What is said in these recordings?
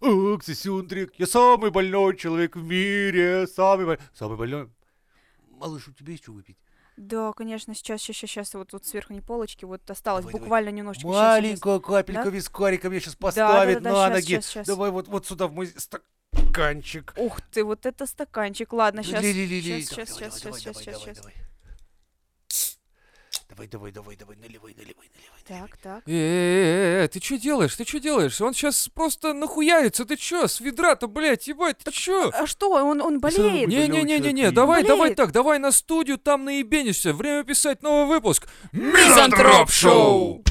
Ах, сисюндрик, я самый больной человек в мире, самый больной. Самый больной. Малыш, у тебя есть что выпить? Да, конечно, сейчас, сейчас, сейчас, вот тут с верхней полочки, вот осталось Давай, давай. буквально немножечко. щас, щас, щас. Маленькую капельку Да? вискарика мне сейчас да, поставит да, на щас, ноги. щас, щас. Давай вот, вот сюда в мой стаканчик. Ух ты, вот это стаканчик. Ладно, сейчас. Ли-ли-ли-ли. Сейчас, сейчас, сейчас, сейчас, сейчас, сейчас, сейчас. Давай, давай, давай, давай, наливай, наливай, наливай. наливай. Так, так. Э, ты что делаешь? Ты что делаешь? Он сейчас просто нахуярится. Ты чё, с ведра-то, блядь, ебать, ты чё? А что, он, он самом болеет? деле- Не-не-не-не-не, Блин. давай, давай Блин. так, давай на студию, там наебенишься. Время писать новый выпуск. Мизантроп Шоу!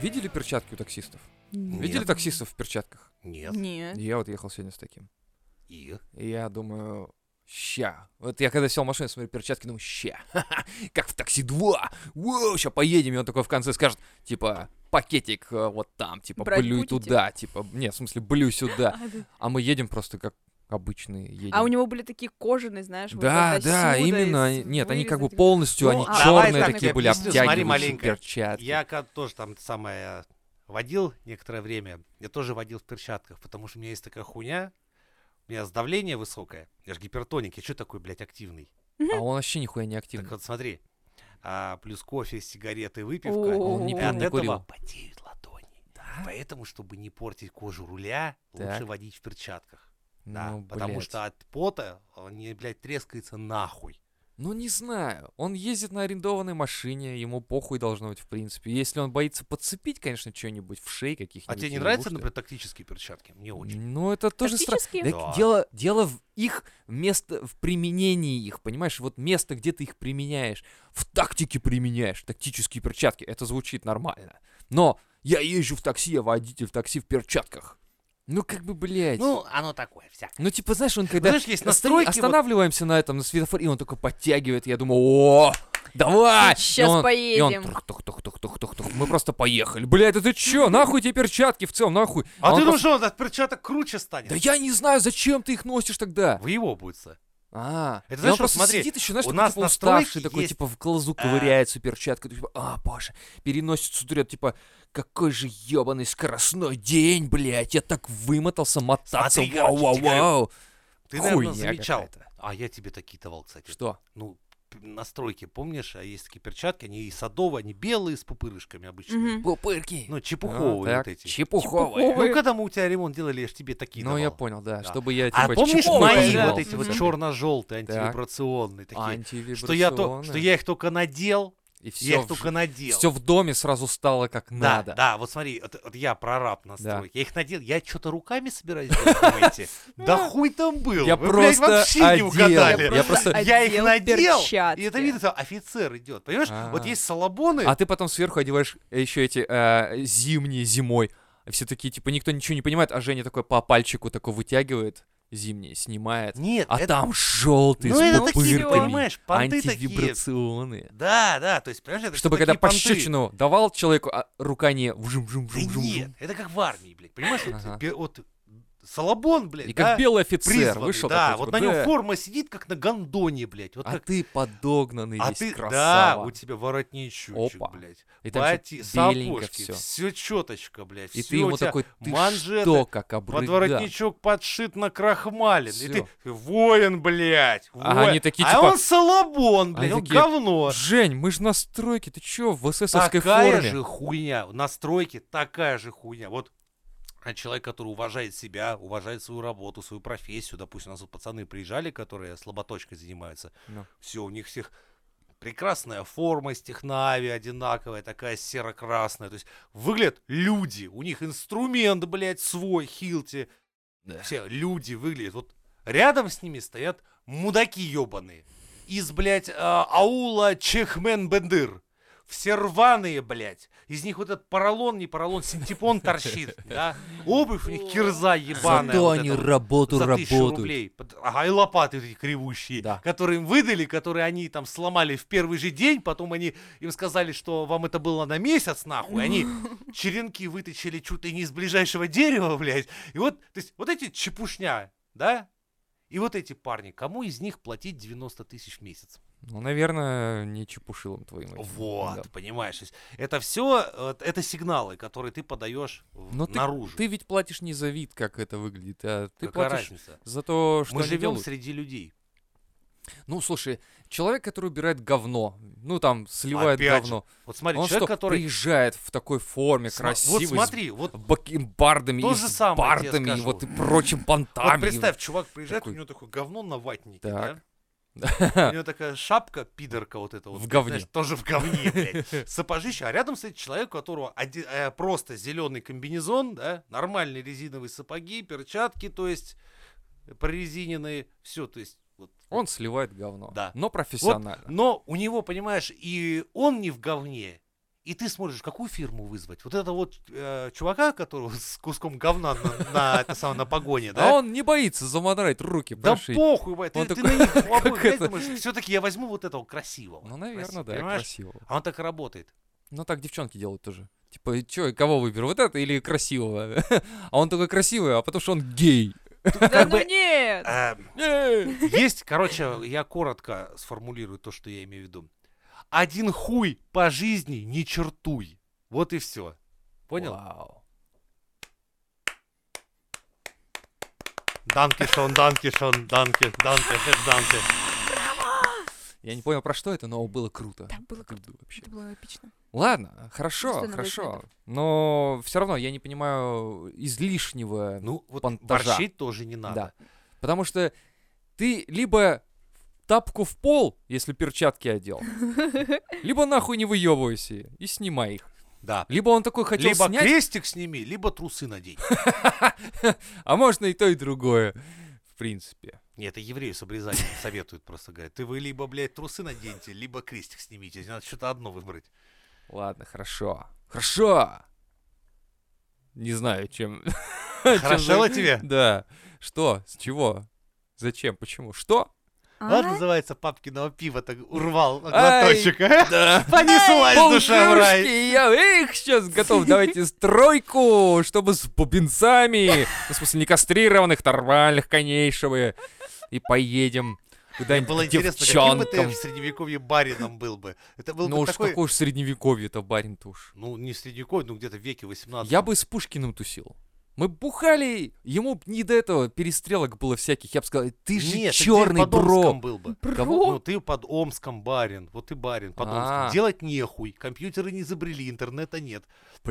Видели перчатки у таксистов? Нет. Видели таксистов в перчатках? Нет. Нет. Я вот ехал сегодня с таким. И? И я думаю, ща. Вот я когда сел в машину, смотрю перчатки, думаю, ща. Ха-ха, как в такси 2. Воу, ща поедем. И он такой в конце скажет, типа, пакетик э, вот там, типа, Брать блюй будете? туда, типа, нет, в смысле, блюй сюда. А, да. А мы едем просто как обычные едем. А у него были такие кожаные, знаешь, вот да, это да, сюда именно. и с- они- Нет, они как бы вырезаны. полностью, Ну, они а, давай черные так, такие я были, объясню, смотри, обтягивающие маленько. перчатки. Я как тоже там самое водил некоторое время. Я тоже водил в перчатках, потому что у меня есть такая хуйня. У меня с давление высокое. Я же гипертоник. Я что такой, блядь, активный? А он вообще нихуя не Так активный. вот смотри. А, плюс кофе, сигареты, выпивка. Он не и пил, от не этого курил. потеют ладони. Поэтому, чтобы не портить кожу руля, лучше Так. водить в перчатках. Да, Ну, потому блядь. что от пота он, не, блядь, трескается нахуй. Ну, не знаю. Он ездит на арендованной машине, ему похуй должно быть, в принципе. Если он боится подцепить, конечно, что-нибудь в шее каких-нибудь. А тебе не или нравятся, лягушек. например, тактические перчатки? Мне очень. Ну, это тоже Тактические? странно. Да. Дело, дело в их место, в применении их, понимаешь? Вот место, где ты их применяешь, в тактике применяешь, тактические перчатки, это звучит нормально. Но я езжу в такси, я водитель в такси в перчатках. Ну, как бы, блядь. Ну, Ну, оно такое, всякое. Ну, типа, знаешь, он когда... знаешь, есть на стоит- настройки, вот- Останавливаемся на этом, на светофоре, и он только подтягивает, я думаю, о, давай! а, И Сейчас он- И он поедем. тух-тух-тух-тух-тух-тух, мы просто поехали. Блядь, это чё? Нахуй тебе перчатки в целом, нахуй? А, он ты просто- думаешь, что он от перчаток круче станет? да я не знаю, зачем ты их носишь тогда. В его будется. А, Это и знаешь, он просто вот смотри, сидит еще, знаешь, у такой, нас типа, на уставший, стройке такой, есть, типа, в глазу а, ковыряется перчатка, типа, а, боже, переносит с утра, типа, какой же ебаный скоростной день, блядь, я так вымотался мотаться, Смотри, короче, тебе говорю, вау-вау-вау. Ты, наверное, Хуйня замечал. какая-то. А я тебе такие давал, кстати. Что? Ну, п- настройки, помнишь? А есть такие перчатки, они и садовые, они белые, с пупырышками обычные. Мгм. Пупырки. Ну, чепуховые вот эти. А, Чепуховые. Ну, когда мы у тебя ремонт делали, я же тебе такие Ну, давал. я понял, да, Да. чтобы я, А типа, помнишь чепуху мои поджигал, вот эти вот мгм. черно-желтые, антивибрационные такие? Антивибрационные. Что я, то, что я их только надел, И я все их только надел. в доме сразу стало как Да, надо. да, вот смотри, вот, вот я прораб на стройке, я их надел, я что-то руками собираюсь делать, думаете? Да хуй там был, Я вы, блядь, просто вообще не одел. угадали. Я просто- Я их одел надел, и это перчатки. видно, что офицер идет, понимаешь? Вот А. есть салабоны, А ты потом сверху одеваешь еще эти э, зимние зимой. Все такие, типа, никто ничего не понимает, а Женя такой по пальчику такой вытягивает зимние, снимает. нет, А это- там желтый ну с это такие, пупырками, понимаешь, понты такие. антивибрационные. Да, да, то есть, понимаешь, это Чтобы такие когда понты. пощечину давал человеку, а рука не вжим жим Да жим жим нет, это как в армии, блядь, понимаешь? вот, Ага. бе- Вот салабон, блядь, И как да, белый офицер призванный, вышел да, такой, вот типа, на нем «Да, форма сидит, как на гондоне, блядь, вот А как ты подогнанный А весь, ты, да, красава. у тебя воротничочек, Опа. блядь. И там всё Бати, беленько сапожки, все. всё. четочка, блядь. И всё ты у ему тебя такой, ты манжеты, что, как Под обрыгал? воротничок подшит на крахмалин. И ты Всё. воин, блядь. Ага, воин». они такие, а типа- он салабон, блядь, Они он такие, говно. Жень, мы же на стройке, ты чё, в эсэсовской Такая форме? же хуйня. Настройки такая же хуйня. Вот а человек, который уважает себя, уважает свою работу, свою профессию. Допустим, у нас вот пацаны приезжали, которые слаботочкой занимаются. Ну. Все, у них всех прекрасная форма из технави, одинаковая, такая серо-красная. То есть выглядят люди, у них инструмент, блядь, свой, хилти. Да. Все люди выглядят. Вот рядом с ними стоят мудаки ебаные. Из, блядь, э, аула Чехмен-Бендыр. Все рваные, блядь. Из них вот этот поролон, не поролон, синтепон торчит, да. Обувь у них кирза ебаная. Зато вот они эта вот работу за тысячу работают. рублей. Под- Ага, и лопаты эти кривущие, Да. которые им выдали, которые они там сломали в первый же день, потом они им сказали, что вам это было на месяц, нахуй. Они черенки вытащили чуть ли не из ближайшего дерева, блядь. И вот, то есть, вот эти чепушня, да? И вот эти парни, кому из них платить 90 тысяч в месяц? Ну, наверное, не чепушилом твоим. этим, Вот, да. понимаешь? то есть Это все, это сигналы, которые ты подаешь в- Но наружу. Ну, Ты ведь платишь не за вид, как это выглядит, а ты Какая платишь разница? за то, что Мы они живем делают. среди людей. Ну, слушай, человек, который убирает говно, ну, там, сливает Опять же, говно, Вот смотри, он человек, что, который... приезжает в такой форме, сма- красивый, Вот смотри, вот, с бакенбардами, То и же с самое тебе бардами, и скажу. вот и прочим вот понтами. и представь, чувак приезжает, такой- у него такое говно на ватнике, Так. да? У него такая шапка, пидорка вот эта вот. В говне. знаешь, тоже в говне, блядь. Сапожище, а рядом стоит человек, у которого оде- э, просто зеленый комбинезон, да, нормальные резиновые сапоги, перчатки, то есть э, прорезиненные, все, то есть вот Он сливает говно, Да. но профессионально. Но у него, понимаешь, и он не в говне, и ты смотришь, какую фирму вызвать. Вот это вот э, чувака, которого с куском говна на, на это самое, на погоне, да? А он не боится замадрать руки, да пошить. похуй, бать, ты, Он ты такой, на них у обоих, как блядь, это? думаешь, все-таки я возьму вот этого красивого. Ну, наверное, Красив- да, понимаешь? красиво. А он так и работает. Ну, так девчонки делают тоже. Типа, че, кого выберу, вот это или красивого? А он такой красивый, а потому что он гей. Да ну бы- нет! А, Э, Эй! Есть, короче, я коротко сформулирую то, что я имею в виду. Один хуй по жизни не чертуй. Вот и все. Понял? Вау. Данки, Шон, данки, Шон, данки, данки, данки. Я не понял, про что это, но было круто. Да, было круто. Круто вообще. Это было эпично. Ладно, хорошо, Сто на хорошо. восемьдесят. Но все равно я не понимаю излишнего. Ну, вот понтажа. борщить тоже не надо. да. Потому что ты либо тапку в пол, если перчатки одел, либо нахуй не выебывайся и снимай их. Да. Либо он такой хотел либо снять, крестик сними, либо трусы надень. а можно и то, и другое. В принципе. Нет, это евреи с обрезанием советуют просто, говорят. Ты вы либо, блядь, трусы наденьте, либо крестик снимите. Надо что-то одно выбрать. Ладно, хорошо. Хорошо! Не знаю, чем... чем Хорошо за- тебе? Да. Что? С чего? Зачем? Почему? Что? Вот А? называется папкиного пива так урвал Ай. глоточек. а? Да. Понеслась душа в рай. Полкружки, я их сейчас готов. Давайте стройку, чтобы с бубенцами. В смысле, не кастрированных, нормальных коней, чтобы... И поедем куда-нибудь Было к интересно, каким бы ты девчонкам. в средневековье барином был бы. Это был Ну бы уж такой... какой уж средневековье-то, барин-то уж. Ну, не в средневековье, ну где-то в веке 18. Я бы с Пушкиным тусил. Мы бухали, ему б не до этого перестрелок было всяких. Я бы сказал, ты же Нет, ты черный где-то под Омском бро. был бы. Кого? Ну, ты под Омском барин, вот ты барин под Омском. А. Делать нехуй, компьютеры не изобрели, интернета нет.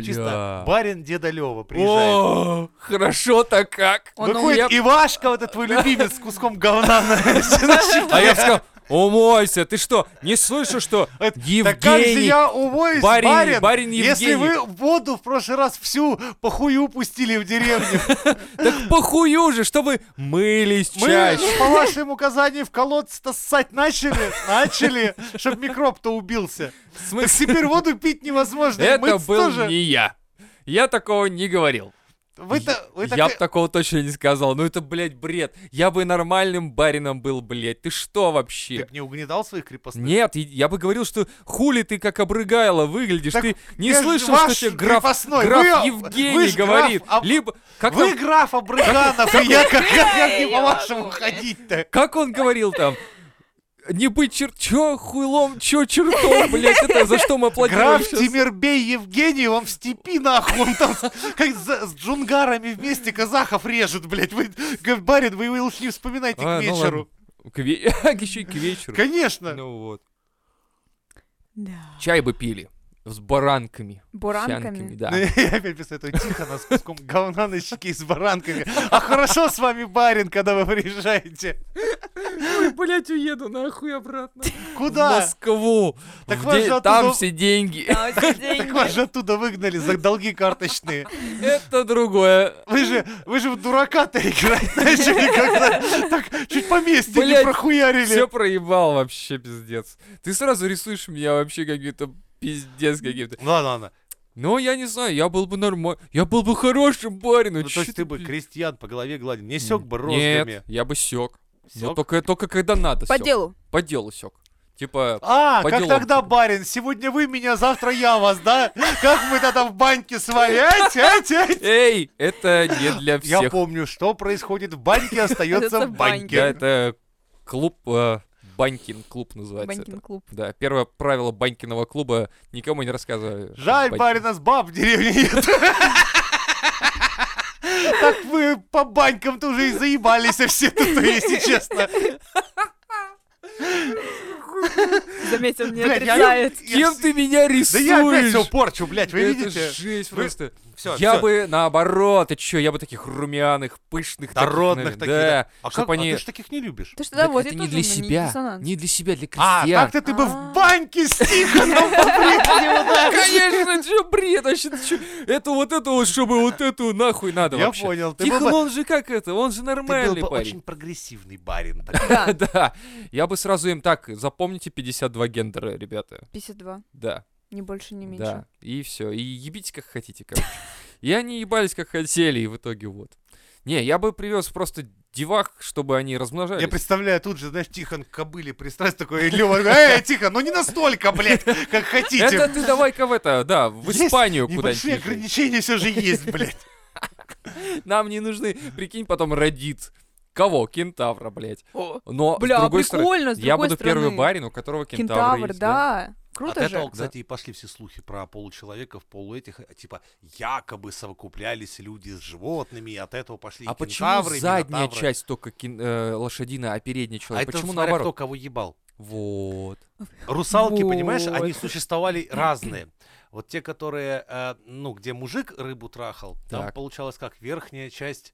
Чисто Бля. барин Деда Лёва приезжает. О, хорошо-то как. Он Выходит ну, Я- Ивашка, вот этот твой любимец с куском говна на щеке. А я бы сказал, умойся, ты что, не слышишь, что Это- Так как же Евгений... я уволюсь, барин- барин, барин если Евгений. вы воду в прошлый раз всю по хую пустили в деревню? Так похую же, чтобы мылись Мы чаще. по вашим указаниям в колодце-то ссать начали, начали, чтобы микроб-то убился. В Так смысле, теперь воду пить невозможно, и Это мыться был тоже. не я. Я такого не говорил. Вы-то, вы я так бы такого точно не сказал. Ну это, блядь, бред. Я бы нормальным барином был, блядь. Ты что вообще? Ты б не угнетал своих крепостных? Нет, и- я бы говорил, что хули ты как обрыгайло выглядишь. Так ты не я ж слышал, ваш что тебе граф, крепостной. граф Вы- Евгений вы ж граф, говорит. а- Либо как, Вы там- граф Абрыганов, и я как как не по-вашему ходить-то? как он говорил там? Не быть чер... Чё хуйлом, чё чертом, блядь, это за что мы аплодируем Граф щас? Тимирбей Евгений, он в степи нахуй, он там с- как за- с джунгарами вместе казахов режет, блядь. Вы, г- барин, вы его уж не вспоминайте А, к ну вечеру. ладно. К ве- Еще и к вечеру. Конечно. Ну вот. Да. Чай бы пили. С баранками. Сянками, Буранками. да. Ну, Я опять представляю этого Тихона с куском говна на щеке и с баранками. А хорошо с вами, барин, когда вы приезжаете. Блять, уеду нахуй обратно. В Куда? Москву. Типа, Так В вас де- же оттуда- Там все деньги. Да, Так вас же оттуда выгнали за долги карточные. Это другое. Вы же, вы же в дурака-то а играть начали, когда так чуть по месте не Блядь, прохуярили. Все проебал вообще, пиздец. Ты сразу рисуешь меня вообще каким-то пиздец каким-то. Ну ладно, ладно. Но я не знаю, я был бы нормально. Я был бы хорошим барином. Ну, то есть ты бы крестьян по голове гладил, не сёк бы розгами. Нет, я бы сёк. Но Сёк? только, только когда надо По сёк. делу. По делу сёк. Типа, А, По как делам тогда, тебе. барин, сегодня вы меня, завтра я вас, да? Как мы тогда в баньке с вами? Ать, ать, ать. эй, это не для Я всех. помню, что происходит в баньке, остается Остается в в баньке. Да, баньке. это клуб э, Банькин клуб называется. это. Банькин-клуб. Да, первое правило банькиного клуба — никому не рассказывай. что Жаль, банькин. барина с баб в деревне нет. Так вы по банькам-то уже и заебались все тут, если честно. Заметил, не Блядь, я- отрицает. Кем ты меня рисуешь? Да я опять все порчу, блядь, вы Это видите? жесть Вы- просто. Все, я бы наоборот, ты чё, я бы таких румяных, пышных, таких, Дородных наверное, таких, Да, А чтоб как? А они... ты ж таких не любишь. Ты что, Так да, вот это я не тоже для думаю, не себя, диссонанс. не для себя, для А, крестьян. так-то ты бы в А. баньке с Тихоном по-прежнему, да? Конечно, чё бред вообще, ты чё? Это вот это вот, чтобы вот эту нахуй надо Я вообще. понял, ты был Тихон, бы- он же как это, он же ты был нормальный бы парень. очень прогрессивный барин. такой. Да, Да, я бы сразу им так, запомните 52 гендера, ребята, 52. да. Ни больше, ни меньше. Да, и все. И ебите как хотите, короче. И они ебались как хотели, и в итоге вот. Не, я бы привез просто девах, чтобы они размножались. Я представляю, тут же, знаешь, Тихон к кобыле пристрасть такой, и Лёва, эй, Тихон, ну не настолько, блядь, как хотите. Это ты давай-ка в это, да, в Есть Испанию куда-нибудь. Небольшие езжай. ограничения все же есть, блядь. Нам не нужны, прикинь, потом родит. Кого? Кентавра, блядь. О, Но с Бля, а другой стороны, прикольно, с я другой буду стороны. первый барин, у которого кентавр, Кентавр, есть, да. да. От Круто этого, же. кстати, и пошли все слухи про получеловеков, полу этих, типа, якобы совокуплялись люди с животными, и от этого пошли А и почему кентавры, и задняя минотавры. часть только кин- э, лошадиная, а передняя А человек? это почему смотря наоборот? кто кого ебал. Вот. Русалки, Вот. понимаешь, они существовали разные. Вот те, которые, э, ну, где мужик рыбу трахал, там Так. получалось как верхняя часть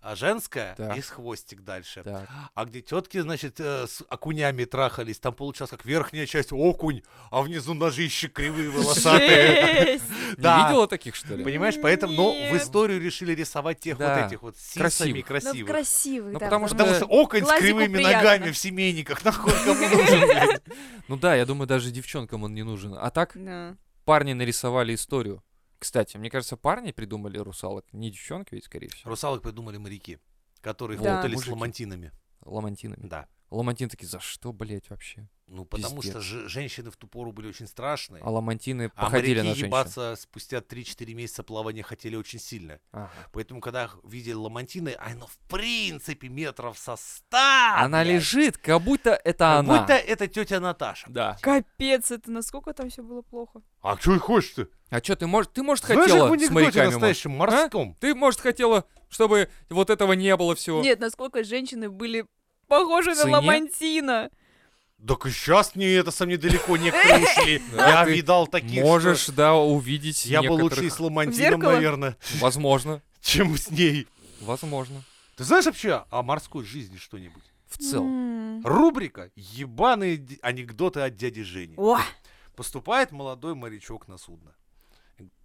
а, женская Так. и с хвостик дальше. Так. А где тетки, значит, э, с окунями трахались, там получалось как верхняя часть окунь, а внизу ножище кривые волосатые. Жесть! Ну, Да. Не видела таких, что ли? Понимаешь, поэтому, но в Нет. историю решили рисовать тех Да. вот этих вот с сисами Красивых. Ну, красивых. красивый, Ну, да. потому Потому что окунь с Глазику кривыми приятно. ногами в семейниках, нахуй кому нужен, блядь. Ну да, я думаю, даже девчонкам он не нужен. А так Да. парни нарисовали историю. Кстати, мне кажется, парни придумали русалок, не девчонки ведь, скорее всего, Русалок придумали моряки, которые Вот, путались с мужики. ламантинами. ламантинами. Да. а Ламантины такие, за что, блядь, вообще? Ну, потому что Пиздец. же- женщины в ту пору были очень страшные. А ламантины А походили на моряки женщин. ебаться спустя 3-4 месяца плавания хотели очень сильно. Ага. Поэтому, когда их видели ламантины, а оно в принципе метров со 100. Она А, блядь. лежит, как будто это Как она. будто это тетя Наташа. Да. Капец, это насколько там все было плохо. А что и хочешь-то? А что, ты, может, ты, может, Знаешь, как в хотела с анекдоте моряками, А? может? настоящем морском. Ты, может, хотела, чтобы вот этого не было всего? Нет, насколько женщины были похожи на Цене? Ламантина. Так и сейчас мне это со мной далеко некоторые ушли. Я Да, А ты видал таких, Можешь, что да, увидеть Я бы лучше и некоторых. с ламантином, зеркало? наверное, Возможно, чем с ней. возможно. Ты знаешь вообще о морской жизни что-нибудь? В целом. М. Рубрика «Ебаные д- анекдоты от дяди Жени». О, Поступает молодой морячок на судно.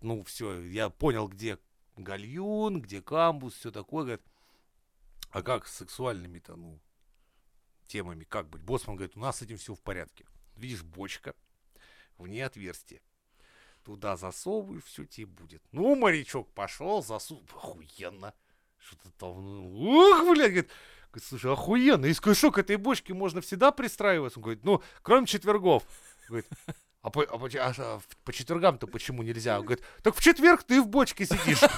Ну, все, я понял, где гальюн, где камбус, все такое. Говорит, а как с сексуальными-то, ну, темами, как быть? Боссман говорит, у нас с этим все в порядке. Видишь, бочка, в ней отверстие. Туда засовываешь, все тебе будет. Ну, морячок пошел, засунул. Охуенно. Что-то там, ну, ух, блядь, говорит. Говорит, слушай, охуенно, из кое к этой бочке можно всегда пристраиваться. Он говорит, ну, кроме четвергов. А по, а по- а ж- а в- по четвергам-то почему нельзя? Он говорит, так в четверг ты в бочке сидишь.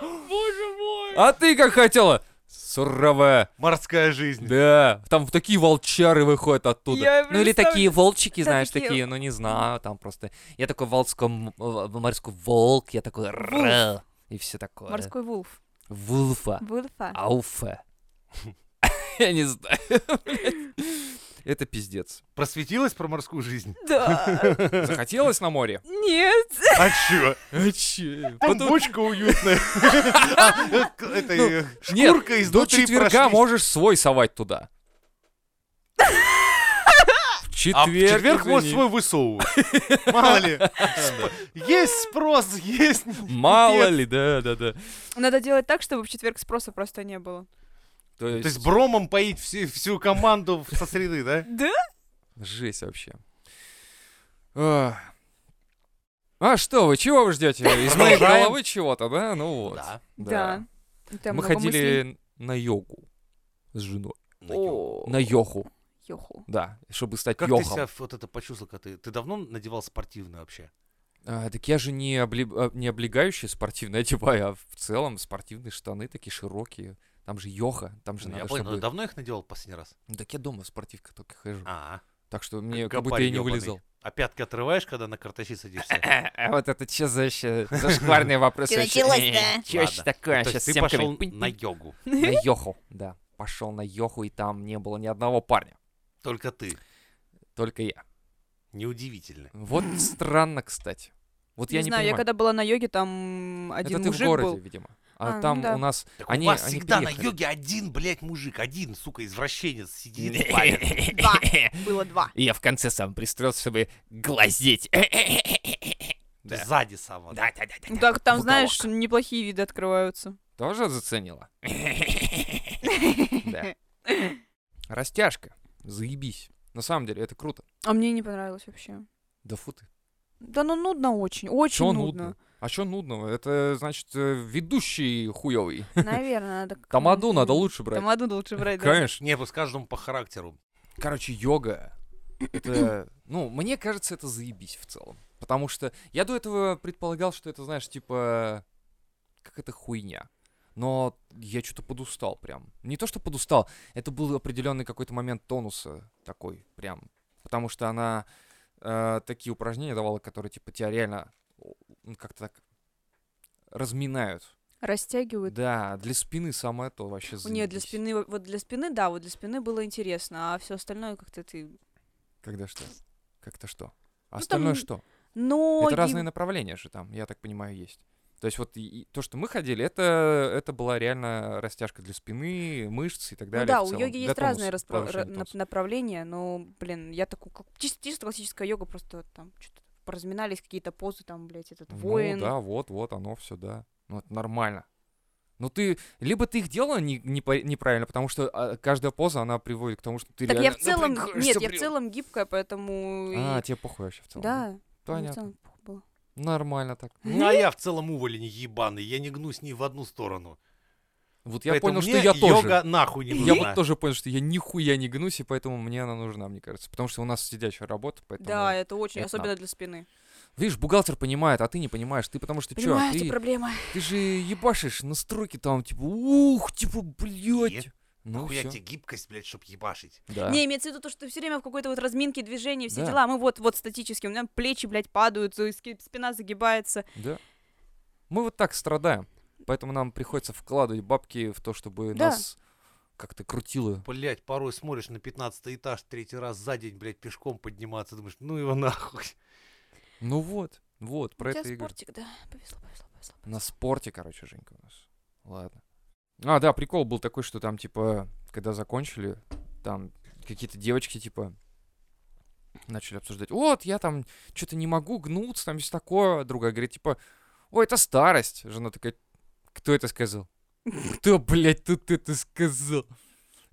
Боже мой! А ты как хотела? Суровая. Морская жизнь. Да. Там в такие волчары выходят оттуда. Я ну или представ- такие волчики, Да, знаешь, такие- такие, ну не знаю, там просто. Я такой волском, э, морской волк, я такой р- и все такое. морской вулф. Вулфа. Вулфа. Ауфа. Я не знаю. блядь. Это пиздец. Просветилась про морскую жизнь? Да. Захотелось на море? Нет. А чё? А че? Там Потом- бочка уютная. А, э, к- Это э, Нет, шкурка до изнутри четверга прошлись. можешь свой совать туда. В четверг, А в четверг извини. можешь свой высовывать. Мало ли. Сп- Есть спрос, есть... Мало ли, да, да, да. Надо делать так, чтобы в четверг спроса просто не было. То То есть есть, бромом поить все- всю команду со среды, да? Да? жесть вообще. А А что вы, чего вы ждете? Из моей Продолжаем. головы чего-то, да? Ну вот. Да. Там Мы много мыслей. ходили на йогу с женой. На ёлку. О, На йоху, ёху. да, чтобы стать Как ты йохом. себя вот это почувствовал, когда ты... Ты давно надевал спортивную вообще? А, так я же не, обли- а, не облегающие спортивные одеваю, а в целом спортивные штаны такие широкие. Там же йоха, там же Ну, надо, Я понял, но чтобы... давно их надевал последний раз? Ну, так я дома в спортивках только хожу. А, Так что мне как как будто гопарь я не ёбаный. вылезал. а пятки отрываешь, когда на картачи садишься? Ну, А вот это что за вообще зашкварные вопросы? Ты вообще? началась, Э, да? чё вообще Ладно. такое? То Сейчас есть ты всем пошел как-нибудь на йогу. На Йоху, да. Пошел на Йоху, и там не было ни одного парня. Только ты. Только я. Неудивительно. Вот странно, кстати. Вот я не не знаю, я понимаю. когда была на йоге, там один Это ты в мужик городе, был. видимо. А, А ну там да. у нас... Так Они- у вас они всегда на приехали. йоге один, блядь, мужик. Один, сука, извращенец сидит. и парит. Два. Было два. Я в конце сам пристроился, чтобы глазеть. Да. Сзади самого. Да, да, да, да. Ну так там, в знаешь, уголок. неплохие виды открываются. Тоже заценила? Да. Растяжка. Заебись. На самом деле, это круто. А мне не понравилось вообще. Да фу ты. Да ну нудно очень, очень Чё нудно. нудно? А что нудного? Это, значит, э, ведущий хуёвый. Наверное, надо... как-то Тамаду не надо знаю. лучше брать. Тамаду лучше брать, да. Конечно. Не, пусть каждому по характеру. Короче, йога. Это, ну, мне кажется, это заебись в целом. Потому что я до этого предполагал, что это, знаешь, типа, как это хуйня. Но я что-то подустал прям. Не то, что подустал, это был определенный какой-то момент тонуса такой прям. Потому что она э, такие упражнения давала, которые, типа, тебя реально о, ну, как-то так разминают. Растягивают. Да, для спины самое то вообще Нет, для заебись. спины, во- вот для спины, да, вот для спины было интересно, а все остальное как-то ты... Когда что? Как-то что? Остальное Ну, там что? Ноги, Это разные направления же там, я так понимаю, есть. То есть вот и- и то, что мы ходили, это, это была реально растяжка для спины, мышц и так Ну далее. да, в у целом, йоги для есть разные тонуса, распро- повышения ра- нап- тонуса. направления, но, блин, я такую, как чис- чисто классическая йога, просто там что-то поразминались, какие-то позы, там, блядь, этот воин. Ну да, вот, вот оно все, да. Ну это нормально. Ну ты, либо ты их делала не, не по- неправильно, потому что а, каждая поза, она приводит к тому, что ты так я реально в целом, напрягаешься нет, я в прям. целом гибкая, поэтому... и- А, тебе похуй вообще в целом. Ну, да, мне в Понятно. целом похуй было. Нормально так. Ну, а я в целом уволень ебаный, я не гнусь ни в одну сторону. Вот я Поэтому понял, что мне я тоже. йога нахуй не Я нужна. вот тоже понял, что я нихуя не гнусь, и поэтому мне она нужна, мне кажется. Потому что у нас сидячая работа, поэтому... Да, это очень, это особенно надо. для спины. Видишь, бухгалтер понимает, а ты не понимаешь. Ты потому что чё, Понимаю, это ты, проблема. ты же ебашишь на стройке там, типа, ух, типа, блядь. Нет. Ну, Нахуя всё. тебе гибкость, блядь, чтоб ебашить. Да. Не, имеется в виду то, что ты все время в какой-то вот разминке, движении, все Да. дела. а Мы вот, вот статически, у меня плечи, блядь, падают, и ски- спина загибается. да. Мы вот так страдаем, поэтому нам приходится вкладывать бабки в то, чтобы Да. нас как-то крутило. Блядь, порой смотришь на 15 этаж третий раз за день, блядь, пешком подниматься, думаешь, ну его нахуй. Ну вот, вот, про у тебя это и говорю. спортик, да, повезло, повезло, повезло. На спорте, короче, Женька у нас. Ладно. А, да, прикол был такой, что там, типа, когда закончили, там какие-то девочки, типа, начали обсуждать. Вот, я там что-то не могу гнуться, там все такое. Другая говорит, типа, ой, это старость. Жена такая, кто это сказал? Кто, блядь, тут это сказал?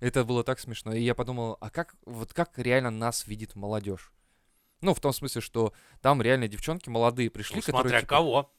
Это было так смешно. И я подумал, а как, вот как реально нас видит молодежь? Ну, в том смысле, что там реально девчонки молодые пришли, Ну, которые... смотря типа, кого.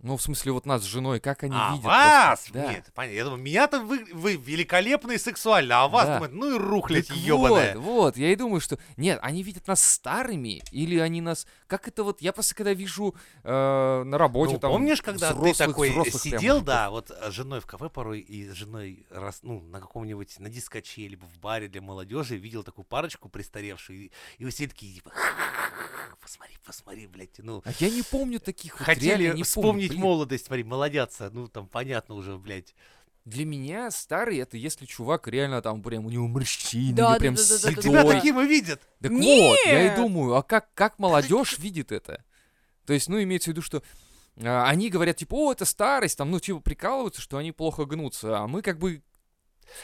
ну, в смысле, вот нас с женой, как они а видят. вас! просто. Да. Нет, понятно. Я думаю, меня-то вы, вы великолепно и сексуально, а вас, Да. думают, ну и рухлядь Так ебаная. Вот, вот, я и думаю, что... Нет, они видят нас старыми, или они нас... Как это вот... Я просто когда вижу э, на работе Ну, там... помнишь, когда ты взрослых- такой взрослых прям сидел, мужиков? да, вот а, с женой в кафе порой и с женой раз, ну, на каком-нибудь, на дискоче, либо в баре для молодежи, видел такую парочку престаревшую, и, и вы все такие, типа, посмотри, посмотри, блядь, ну, А я не помню таких вот, хотели реально не помню, вспомнить блин. молодость, смотри, молодятся, ну, там, понятно уже, блядь, Для меня старый — это если чувак реально там прям у него морщины, Да, или прям да, да, да, да, да, седой. тебя Ой. таким и видят. Так вот, Нет! я и думаю, а как, как молодежь видит это? То есть, ну, имеется в виду, что а, они говорят, типа, о, это старость, там, ну, типа, прикалываются, что они плохо гнутся, а мы как бы...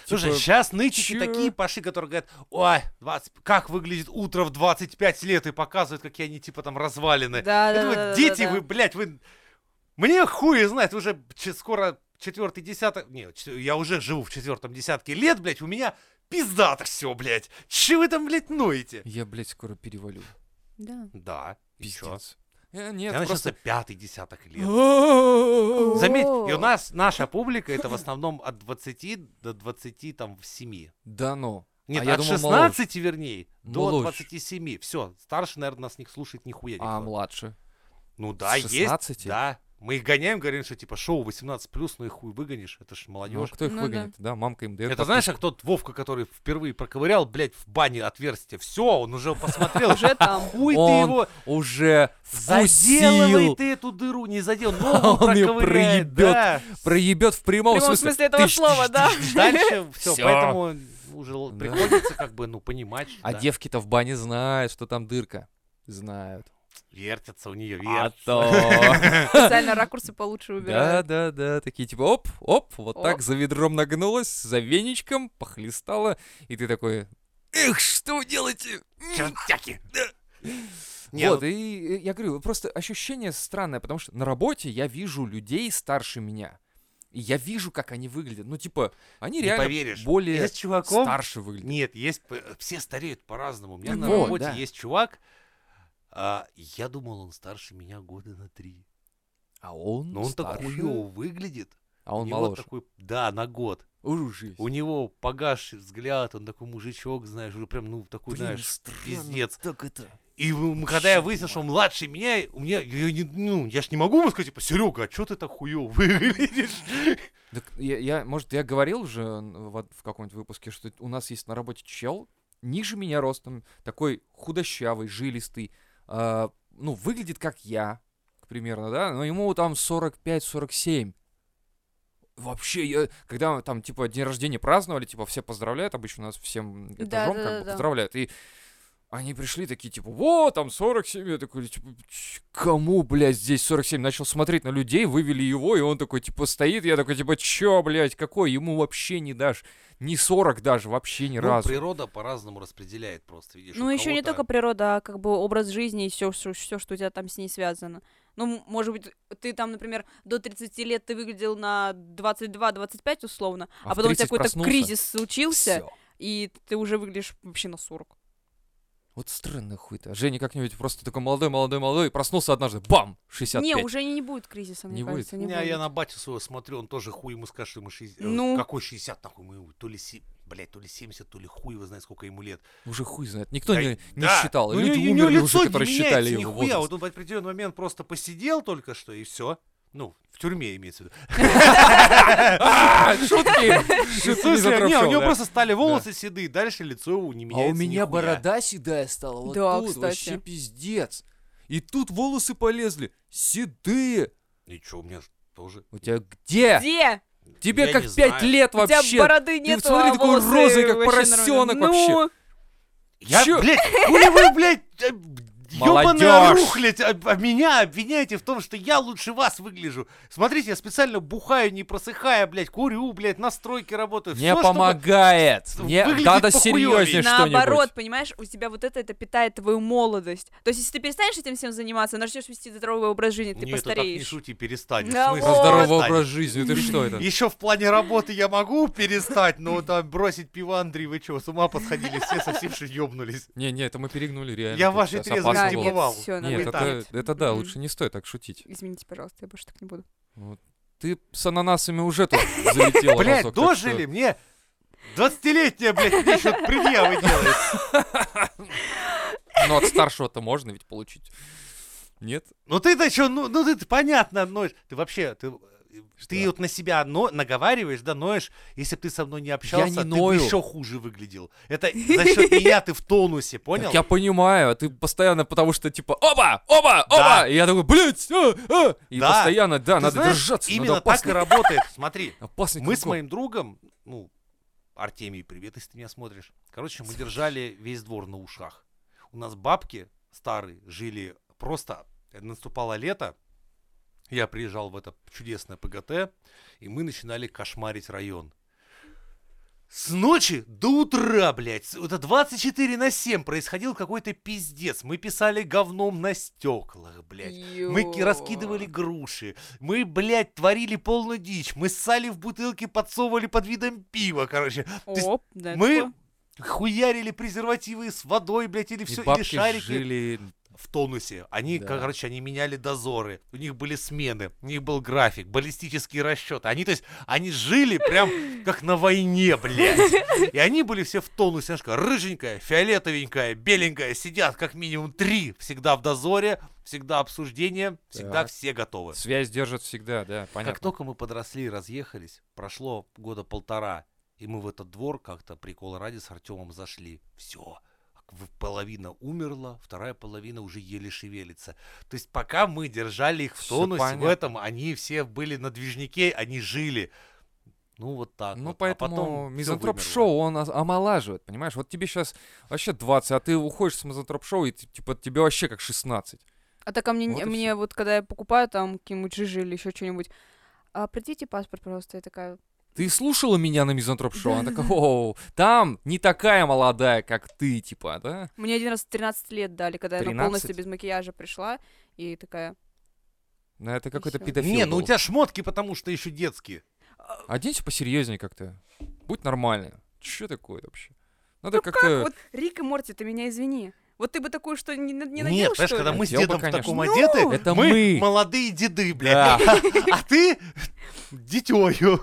Слушай, типа, сейчас нычики чё? такие пошли, которые говорят, ой, 20 как выглядит утро в 25 лет, и показывают, какие они, типа, там, развалины. Да, Я да, думаю, да, да, дети да. вы, блядь, вы... Мне хуй знает, вы уже че- скоро четвертый десяток... Не, чет- я уже живу в четвертом десятке лет, блядь, у меня пиздато все, блядь. Че вы там, блядь, ноете? Я, блядь, скоро перевалю. Да. Да, и чё? Пиздец. Э, У Нет, меня просто... начался пятый десяток лет. О, Заметь, и О. у нас, наша публика, это в основном от 20 до 20, там, в 7. Да ну. Нет, а я от думал, ну, 16, вернее, до Моложе. 27. Все, старше, наверное, нас не слушает нихуя никто. А младше. Ну да, А, с 16? есть. Да, Мы их гоняем, говорим, что типа шоу 18+, ну и хуй выгонишь, это ж Ну, а молодежь. кто их Ну да. выгонит? Да. мамка им дает. Это знаешь, как тот Вовка, который впервые проковырял, блядь, в бане отверстие. Все, он уже посмотрел. Уже там. Хуй ты Он его уже заделывай вкусил, ты эту дыру, не задел, Он новую её проковыряет. проебёт. да. проебет в прямом, В прямом смысле этого Ты ж- слова, да. Дальше все, Всё. поэтому уже л- Да. приходится как бы, ну, понимать, что А да, девки-то в бане знают, что там дырка. Знают. вертятся у нее, А вертятся. то. Специально ракурсы получше Да, убирают. да, да. Такие типа оп, оп, вот так Оп. за ведром нагнулась, за веничком похлестала. И ты такой, эх, что вы делаете? М, Чертяки! Не, ну Вот, и и я говорю, просто ощущение странное, потому что на работе я вижу людей старше меня. И я вижу, как они выглядят. Ну, типа, они Не реально поверишь. более Я с чуваком старше выглядят. Нет, есть п- все стареют по-разному. У меня на Вот, работе да. есть чувак, а, я думал, он старше меня года на три. А он Но Ну, он так старше, хуёво выглядит. А у он него моложе. такой, да, на год. Ужу, жесть. У него погаший взгляд, он такой мужичок, знаешь, уже прям, ну, такой, Блин, знаешь, странно пиздец. Так это... И м, когда я Чёрт, выяснил, что мать. он младше меня, и у меня, я, не, ну, я ж не могу ему сказать, типа, Серега, а чё ты так хуёво выглядишь? Так я, я- может, я говорил уже н- в, од- в каком-нибудь выпуске, что у нас есть на работе чел, ниже меня ростом, такой худощавый, жилистый, а, ну, выглядит как я, к примерно, да, но ему там 45-47. Вообще, я, когда там, типа, день рождения праздновали, типа, все поздравляют, обычно нас всем Да, этажом да, как да, бы да. поздравляют, и они пришли такие, типа, во, там 47, я такой, типа, «Ч- кому, блядь, здесь 47? Начал смотреть на людей, вывели его, и он такой, типа, стоит, я такой, типа, чё, блядь, какой, ему вообще не дашь, не 40 даже, вообще ни Ну, разу. А природа по-разному распределяет просто, видишь. Ну, у еще не кого-то- только природа, а как бы образ жизни и все, все, что у тебя там с ней связано. Ну, м- может быть, ты там, например, до 30 лет ты выглядел на 22-25 условно, а, А в потом у тебя 30 какой-то проснулся. кризис случился, Всё. и ты уже выглядишь вообще на 40. Вот странно хуй-то. Женя как-нибудь просто такой молодой-молодой-молодой, проснулся однажды, бам, 65. Не, уже не, не будет кризиса, мне Не будет. кажется. Не Не, а я будет. на батю своего смотрю, он тоже хуй ему скажет, что ему 60. э, Ну? Какой 60, нахуй, мы его то ли си... Блять, то ли 70, то ли хуй его знает, сколько ему лет. Уже хуй знает. Никто Да не, и- не да. считал. Ну, Люди и- и у него умерли лицо уже, не которые меняется считали его нихуя. возраст. Вот он в определенный момент просто посидел только что, и все. Ну, в тюрьме имеется в виду. А, Шутки! В Шутки не смысле, не, у него затрофил, да. просто стали волосы седые, дальше лицо его не А меняется у меня нихуя. борода седая стала. Вот Да, тут кстати. вообще пиздец. И тут волосы полезли. Седые. И чё, у меня ж тоже... У тебя где? Где? Тебе Я как не пять знаю. лет У тебя вообще. бороды а нет, смотри, такой розовый, как поросенок вообще. Ну, Я, Чё? блядь, хули вы, блядь, э, ёбаная Молодёжь. рухлядь, а, а меня обвиняете в том, что я лучше вас выгляжу. Смотрите, я специально бухаю, не просыхая, блядь, курю, блядь, на стройке работаю. Не Всё, помогает. чтобы Не, выглядеть надо похуёвее. серьезнее что-нибудь. Наоборот, понимаешь, у тебя вот это, это питает твою молодость. То есть, если ты перестанешь этим всем заниматься, начнешь вести здоровый образ жизни, Чтобы... ты Нет, ты так не постареешь. шути, перестань. Да Про вот. здоровый образ жизни. Ты что это? Еще в плане работы я могу перестать, но там бросить пиво, Андрей, вы чего, с ума посходили, все совсем же ёбнулись. Не, не, это мы перегнули реально. Я тут вашей щас трезвости опасно Да, было. нет, бывал. всё, надо Нет, Вы так. это, это да, Мгм. лучше не стоит так шутить. Извините, пожалуйста, я больше так не буду. Вот. Ты с ананасами уже тут залетела. Блядь, разок, так что- дожили мне 20-летняя, блядь, мне еще предъявы делает. Ну, от старшего-то можно ведь получить. Нет? Ну ты-то что, ну, ну ты понятно ноешь. Ты вообще, ты, ты Что? вот на себя но, наговариваешь, да, ноешь. Если бы ты со мной не общался, ты ною. бы еще хуже выглядел. Это за счет меня ты в тонусе, понял? Так я понимаю, а ты постоянно, потому что типа оба, оба, оба, Да. и я такой, блядь, а, а!» и Да. постоянно, да, Ты надо знаешь, держаться, Именно надо так и опасно, работает. Смотри, опасно мы с кругом. моим другом, ну, Артемий, привет, если ты меня смотришь. Короче, мы держали весь двор на ушах. У нас бабки старые жили просто... Наступало лето, я приезжал в это чудесное ПГТ, и мы начинали кошмарить район. С ночи до утра, блядь, с- это 24 на 7 происходил какой-то пиздец. Мы писали говном на стеклах, блядь. Мы ки- раскидывали груши. Мы, блядь, творили полную дичь. Мы ссали в бутылки, подсовывали под видом пива, короче. То есть Оп, да, мы такое. хуярили презервативы с водой, блядь, или И все, или бабки шарики. жили в тонусе. Они, Да. короче, они меняли дозоры, у них были смены, у них был график, баллистические расчеты. Они, то есть, они жили прям как на войне, блядь. И они были все в тонусе, знаешь, такая рыженькая, фиолетовенькая, беленькая, сидят как минимум три всегда в дозоре, всегда обсуждение, всегда Так. все готовы. Связь держит всегда, да, понятно. Как только мы подросли и разъехались, прошло года полтора, и мы в этот двор как-то прикол ради с Артемом зашли. Все. Половина умерла, вторая половина уже еле шевелится. То есть пока мы держали их в Всё тонусе, в понятно. этом они все были на движнике, они жили. Ну вот так Ну, вот. А поэтому потом всё вымерло. мизантроп-шоу, он ос- омолаживает, понимаешь? Вот тебе сейчас вообще 20, а ты уходишь с мизантроп-шоу, и т- типа тебе вообще как 16. А так а мне, Вот не- и мне всё. вот когда я покупаю там какие-нибудь жижи или еще что-нибудь, а, пройдите паспорт, пожалуйста, я такая. Ты слушала меня на мизантроп-шоу? Она такая, оу, там не такая молодая, как ты, типа, да? Мне один раз 13 лет дали, когда я там 13? полностью без макияжа пришла, и такая, Ну, это какой-то всё. педофил Не, ну у был. тебя шмотки, потому что еще детские. Оденься посерьезнее как-то. Будь нормальный. Че такое вообще? Надо ну как, как-то... вот Рик и Морти, ты меня извини. Вот ты бы такую что не, на- не надел, Нет, что понимаешь, ли? когда мы с Хотел бы, дедом в конечно. таком Ну! одеты, Это мы, мы. молодые деды, Да. блядь. А ты дитёю.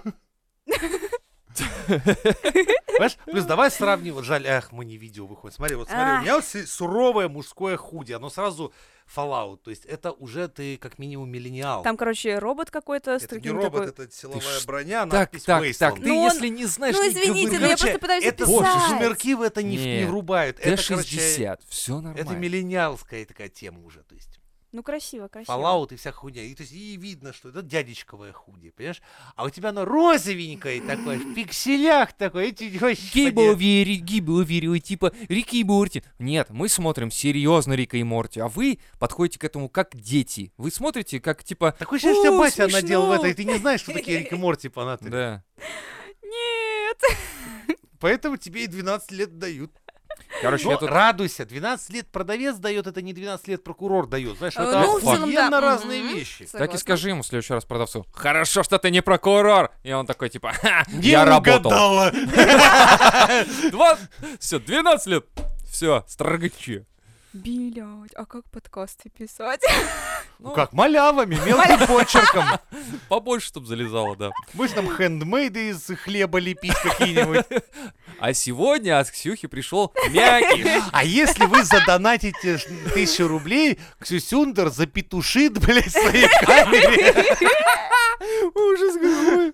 Понимаешь? Плюс давай сравнивать. Жаль, ах, мы не видео выходим. Смотри, вот смотри, у меня вот си- суровое мужское худи, оно сразу Fallout. То есть это уже ты как минимум миллениал. Там, короче, робот какой-то с это не таким робот, такой- это силовая ш- броня, Так, надпись так, так, Wasteland. ты Ну, он- если не знаешь... ну, не извините, говори. но я просто пытаюсь это описать. сумерки в это не, в- не Нет, врубают. Это, короче, Т-60, все нормально. это миллениалская такая тема уже. То есть. Ну, красиво, красиво. Fallout и вся хуйня. И, то есть, и видно, что это дядечковое худи, понимаешь? А у тебя оно розовенькое такое, в пикселях такое. и ты вообще Гиба не- Вери, Гиба Вери, типа Рики и Морти. Нет, мы смотрим серьезно Рика и Морти, а вы подходите к этому как дети. Вы смотрите как типа... Такое ощущение, что тебя О, батя надел в смешно. это, и ты не знаешь, что такие Рик и Морти фанаты. Да. Нет. Поэтому тебе и 12 лет дают. Короче, Но я тут... радуйся, 12 лет продавец дает, это не 12 лет прокурор дает. Знаешь, Э, это ну, в целом, да, охуенно мгм. разные вещи. Так и Согласна. скажи ему в следующий раз продавцу. Хорошо, что ты не прокурор. И он такой типа, «Ха, Не я работал. угадала. Два... Все, 12 лет. Все, строгачи. Блядь, а как подкасты писать? Ну как, малявами, мелким почерком. Побольше, чтобы залезало, да. Будешь там хендмейды из хлеба лепить какие-нибудь. А сегодня от Ксюхи пришел мякиш. А если вы задонатите ш- тысячу рублей, Ксюсюндер запетушит, блядь, в своей камере. Ужас какой.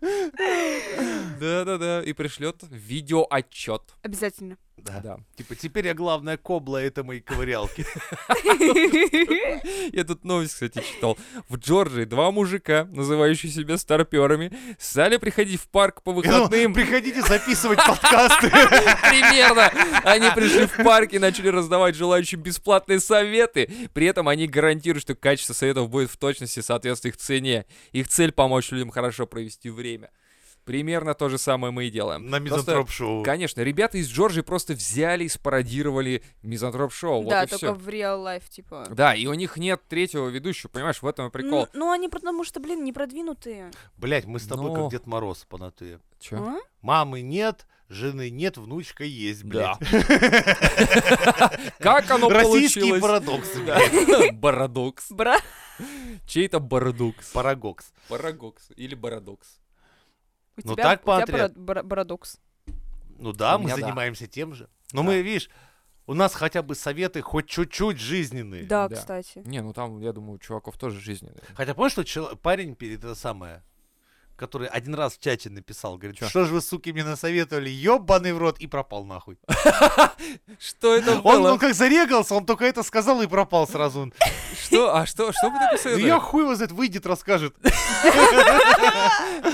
Да-да-да, и пришлет видеоотчет. Обязательно. Да. Да. Типа, теперь я главная кобла этой моей ковырялки. Я тут новость, кстати, читал. В Джорджии два мужика, называющие себя старперами, стали приходить в парк по Я думал, выходным. Ну, Приходите записывать подкасты. Примерно. Они пришли в парк и начали раздавать желающим бесплатные советы. При этом они гарантируют, что качество советов будет в точности соответствовать их цене. Их цель — помочь людям хорошо провести время. Примерно то же самое мы и делаем. На Просто- мизантроп-шоу. Конечно, ребята из Джорджии просто взяли и спародировали мизантроп-шоу. Вот Да, и только все. в реал лайф, типа. Да, и у них нет третьего ведущего, понимаешь, в этом и прикол. Ну, ну они потому что, блин, не продвинутые. Блять, мы с тобой Но- как Дед Мороз по натуре. Чё? А? Мамы нет, жены нет, внучка есть, блядь. Как оно Российские получилось? парадоксы, Да. блядь. Барадокс. Бра. Чей-то барадокс. Парагокс. Парагокс или барадокс. У Ну тебя- так, у тебя Патрия. парад- бара- Парадокс. Ну да, У мы меня да. занимаемся тем же. Но Да. мы, видишь, у нас хотя бы советы хоть чуть-чуть жизненные. Да, Да. кстати. Не, ну там, я думаю, у чуваков тоже жизненные. Хотя помнишь, что чело- парень перед это самое, который один раз в чате написал, говорит, Чё? что же вы, суки, мне насоветовали, ёбаный в рот, и пропал нахуй. Что это Он, было? он как зарегался, он только это сказал и пропал сразу. Что? А что? Что вы такое Ну я советовали? хуй его знает, выйдет, расскажет.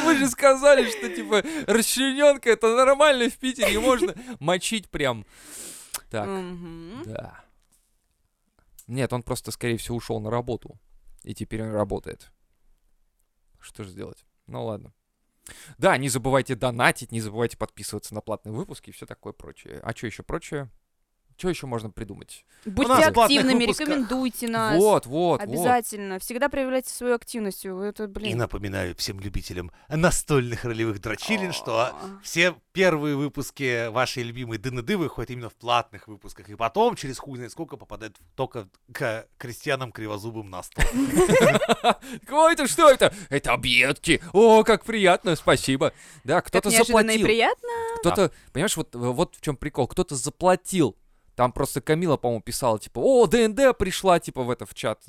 Вы же сказали, что типа расчлененка это нормально в Питере, и можно мочить прям. Так, Мгм. да. Нет, он просто, скорее всего, ушел на работу. И теперь он работает. Что же сделать? Ну ладно. Да, не забывайте донатить, не забывайте подписываться на платные выпуски и все такое прочее. А что еще прочее? Что еще можно придумать? У нас Будьте платных активными, выпусках. рекомендуйте нас. Вот, вот, вот. Обязательно. Всегда проявляйте свою активность. Это, И блин. напоминаю всем любителям настольных ролевых дрочилин, что все первые выпуски вашей любимой ДНД выходят именно в платных выпусках. И потом, через хуй знает сколько, попадает только к крестьянам кривозубым на стол. Ой, это что это? Это объедки. О, как приятно, спасибо. Да, Как кто-то неожиданно и заплатил. приятно. Кто-то, понимаешь, вот, вот в чем прикол. Кто-то заплатил. Там просто Камила, по-моему, писала, типа, о, ДНД пришла, типа, в это, в чат.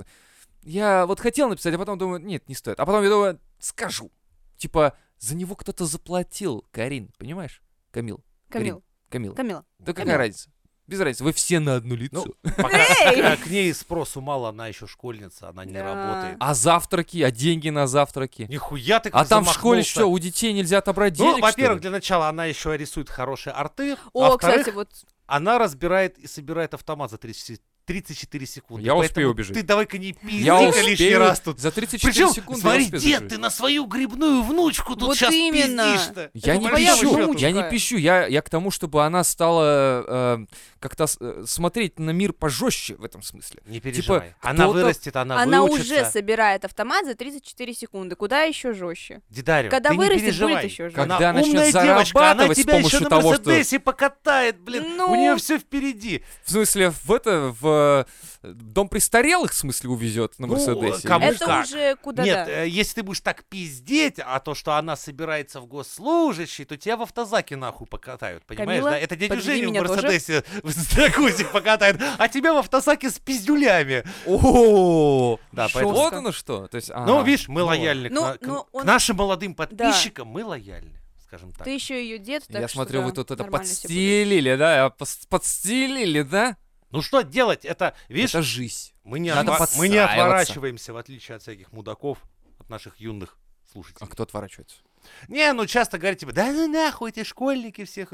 Я вот хотел написать, а потом думаю, нет, не стоит. А потом я думаю, скажу. Типа, за него кто-то заплатил, Карин, понимаешь? Камил, Камил. Камила. Камила. Да какая разница? Без разницы, вы все на одну лицо. Пока Эй! к- к ней спросу мало, она еще школьница, она не Да. работает. А завтраки, а деньги на завтраки? Нихуя ты как А там в школе замахнулся. что, у детей нельзя отобрать Ну, денег, что ли? во-первых, для начала она еще рисует хорошие арты. а О, во-вторых, кстати, вот она разбирает и собирает автомат за 30 34 секунды. Я Поэтому успею убежать. Ты давай-ка не я пизди-ка успею лишний раз тут. за 34 Причем, секунды смотри, я успею дед, зажечь. ты на свою грибную внучку тут Вот сейчас именно. пиздишь-то. Я Это не, по моя пищу, большому внучка. я не пищу, я, я к тому, чтобы она стала э, как-то с- э, смотреть на мир пожестче в этом смысле. Не переживай. она типа кто-то- вырастет, она, она выучится. уже собирает автомат за 34 секунды. Куда еще жестче? Дидарю, Когда ты не вырастет, переживай. будет еще жестче. Она Когда начнет умная девочка, она зарабатывать с тебя еще помощью на того, что- Мерседесе покатает, блин. Ну. У нее все впереди. В смысле, в это, в э, дом престарелых, в смысле, увезет на Ну, Мерседесе. кому- А мы это как? уже куда Нет, да. э, если ты будешь так пиздеть, а то, что она собирается в госслужащий, то тебя в автозаке нахуй покатают, понимаешь? Камила, да? Это дядю подведи Женю в меня тоже. Мерседесе в Дракузе покатает, а тебя в автозаке с пиздюлями. Э, О, Да, жёстко. поэтому- вот оно что. То есть, Ну, ага, видишь, мы ну лояльны к Ну, на- к, ну, к он- нашим молодым подписчикам, мы лояльны, скажем так. Ты еще ее дед, так Я что смотрю, да, вы тут это нормально всё подстелили, да? а, пос- Подстелили, да? Ну что делать? Это, видишь, Это жизнь. мы, не надо отва- мы не подстраиваться. отворачиваемся, в отличие от всяких мудаков, от наших юных А слушателей. кто отворачивается? Не, ну часто говорят тебе, да ну нахуй эти школьники всех.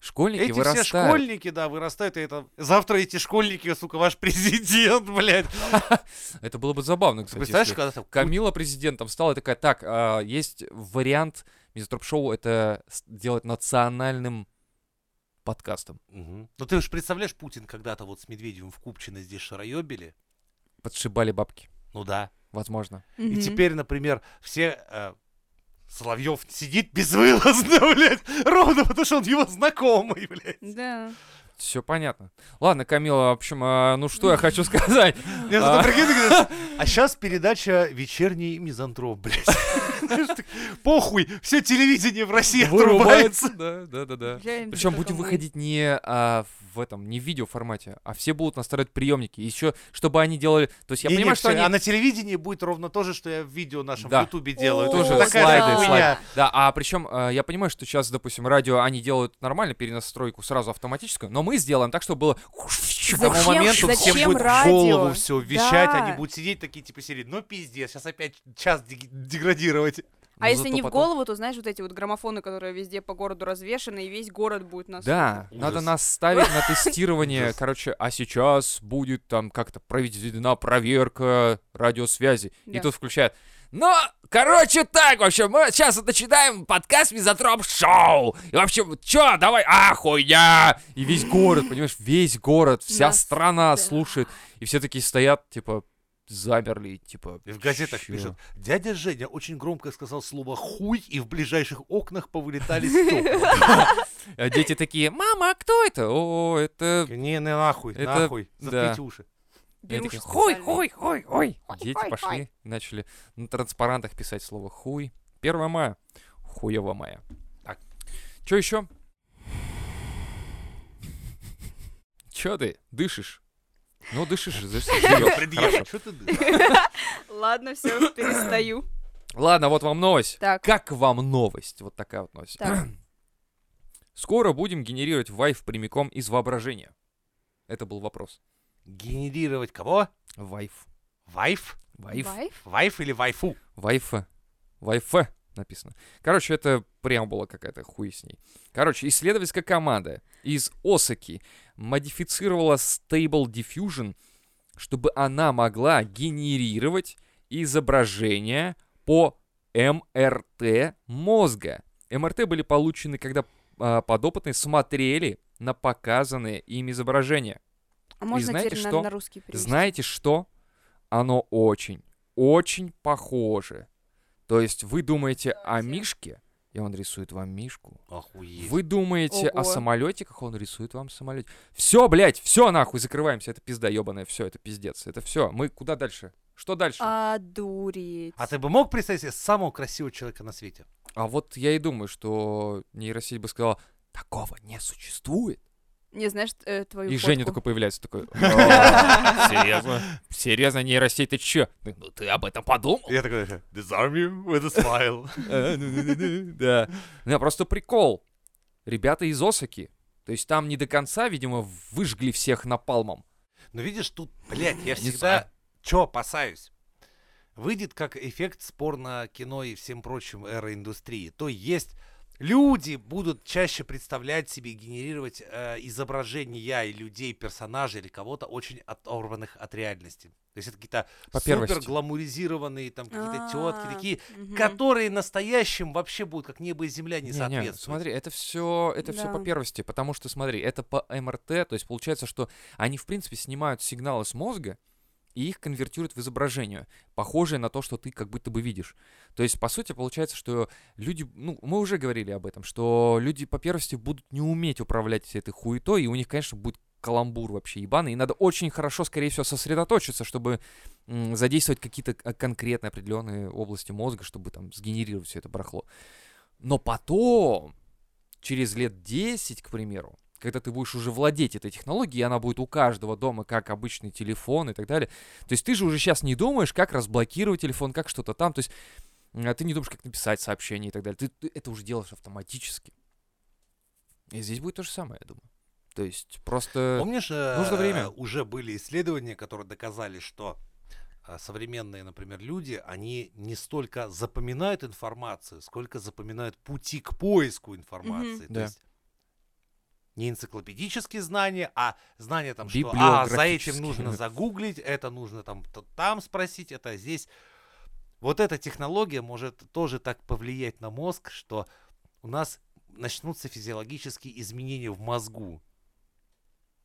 Школьники Эти вырастают. все школьники, да, вырастают, и это... Завтра эти школьники, сука, ваш президент, блядь. Это было бы забавно, Ты кстати. представляешь, если когда там... Камила президентом стала и такая, так, а, есть вариант Мизотроп-шоу это делать национальным подкастом. Мгм. Ну ты уж представляешь, Путин когда-то вот с Медведевым в Купчино здесь шароебили? Подшибали бабки, Ну да. возможно. будет. И Мгм. теперь, например, все... э, Соловьев сидит безвылазно, блядь, ровно потому что он его знакомый, блядь. Да. Все понятно. Ладно, Камила, в общем, а, ну что я хочу сказать? Я зато прикинь, ну ты говоришь, а сейчас передача «Вечерний мизантроп», блядь. Знаешь, так, Похуй, все телевидение в России отрубается. Вырубается, Да, да, да, да. Жаль, Причем только будем мы. выходить не а, в этом, не в видеоформате, а все будут настраивать приемники. Еще, чтобы они делали. То есть я Не-не, понимаю, что всё, они. А на телевидении будет ровно то же, что я в видео нашем Да. в Ютубе делаю. О, Тоже Тоже такая слайды, хуйня. слайды. Да, а причем я понимаю, что сейчас, допустим, радио они делают нормально перенастройку сразу автоматическую, но мы сделаем так, чтобы было к тому Зачем? моменту Всем Зачем будет в радио? голову все вещать, Да. они будут сидеть такие, типа, сидеть, ну пиздец, сейчас опять час дег- деградировать. А Но если зато не в потом- голову, то знаешь, вот эти вот граммофоны, которые везде по городу развешаны, и весь город будет нас. Да, Ужас. надо нас ставить на тестирование, Ужас. короче, а сейчас будет там как-то проведена проверка радиосвязи. И Да. тут включают. Ну, короче, так, в общем, мы сейчас вот начинаем подкаст Мизотроп Шоу. И, в общем, чё, давай, а, хуйня! И весь город, понимаешь, весь город, вся Нас- страна да. слушает. И все такие стоят, типа, замерли, и типа... И в газетах чё? пишут, дядя Женя очень громко сказал слово «хуй», и в ближайших окнах повылетали стекла. А дети такие, мама, а кто это? О, это... Не, не нахуй, Это- нахуй, да. заткните уши. И они Беруши такие, хуй, специальные. хуй, хуй, хуй. А Дети хуй, пошли, начали на транспарантах писать слово хуй. 1 мая. Хуево мая. Так. Чё еще? Чё ты? Дышишь? Ну, дышишь, дышишь. живёшь. Предъявы, что ты дышишь? Ладно, все, перестаю. Ладно, вот вам новость. Так, Как вам новость? Вот такая вот новость. так. Скоро будем генерировать вайф прямиком из воображения. Это был вопрос. Генерировать кого? Вайф. Вайф? Вайф. Вайф? Вайф или вайфу? Вайфе. Вайфе написано. Короче, это прям была какая-то хуй с ней. Короче, исследовательская команда из Осаки модифицировала Stable Diffusion, чтобы она могла генерировать изображения по МРТ мозга. МРТ были получены, когда а, подопытные смотрели на показанные им изображения. А можно знаете теперь на- что? На, русский перевести? Знаете что? Оно очень, очень похоже. То есть вы думаете о Кстати. мишке, и он рисует вам мишку. Охуеть. Вы думаете Ого. о самолетиках, он рисует вам самолет. Все, блядь, все нахуй, закрываемся. Это пизда ебаная, все, это пиздец. Это все. Мы куда дальше? Что дальше? А... А, дуреть. А ты бы мог представить себе самого красивого человека на свете? А вот я и думаю, что нейросеть бы сказала, такого не существует. Не знаешь э, твою И Женя фотку? такой появляется, такой, «А, серьезно? Серьезно, нейросеть, ты че? Ну ты об этом подумал? Я такой, э, disarm you with a smile. А, ну-ну-ну-ну, Да. Ну, я просто прикол. Ребята из Осаки. То есть там не до конца, видимо, выжгли всех напалмом. Но Ну, видишь, тут, блядь, я Не всегда чё опасаюсь. Выйдет как эффект спор на кино и всем прочим эры индустрии. То есть люди будут чаще представлять себе и генерировать э, изображения и людей, персонажей или кого-то очень оторванных от реальности. То есть это какие-то По первости. супер гламуризированные там какие-то А, тетки, такие, мгм. которые настоящим вообще будут как небо и земля не, Не-не, соответствуют. смотри, это все, это все по Да. первости, потому что, смотри, это по МРТ, то есть получается, что они, в принципе, снимают сигналы с мозга и их конвертируют в изображение, похожее на то, что ты как будто бы видишь. То есть, по сути, получается, что люди, ну, мы уже говорили об этом, что люди, по первости, будут не уметь управлять всей этой хуетой, и у них, конечно, будет каламбур вообще ебаный, и надо очень хорошо, скорее всего, сосредоточиться, чтобы м, задействовать какие-то к- конкретные определенные области мозга, чтобы там сгенерировать все это барахло. Но потом, через лет 10, к примеру, когда ты будешь уже владеть этой технологией, и она будет у каждого дома, как обычный телефон и так далее. То есть ты же уже сейчас не думаешь, как разблокировать телефон, как что-то там. То есть м, а ты не думаешь, как написать сообщение и так далее. Ты, ты это уже делаешь автоматически. И здесь будет то же самое, я думаю. То есть просто... Помнишь, э, нужно время. уже были исследования, которые доказали, что э, современные, например, люди, они не столько запоминают информацию, сколько запоминают пути к поиску информации. То Да. есть не энциклопедические знания, а знания там, что а, за этим Библиографические. нужно загуглить, это нужно там, то- там спросить, это здесь. Вот эта технология может тоже так повлиять на мозг, что у нас начнутся физиологические изменения в мозгу.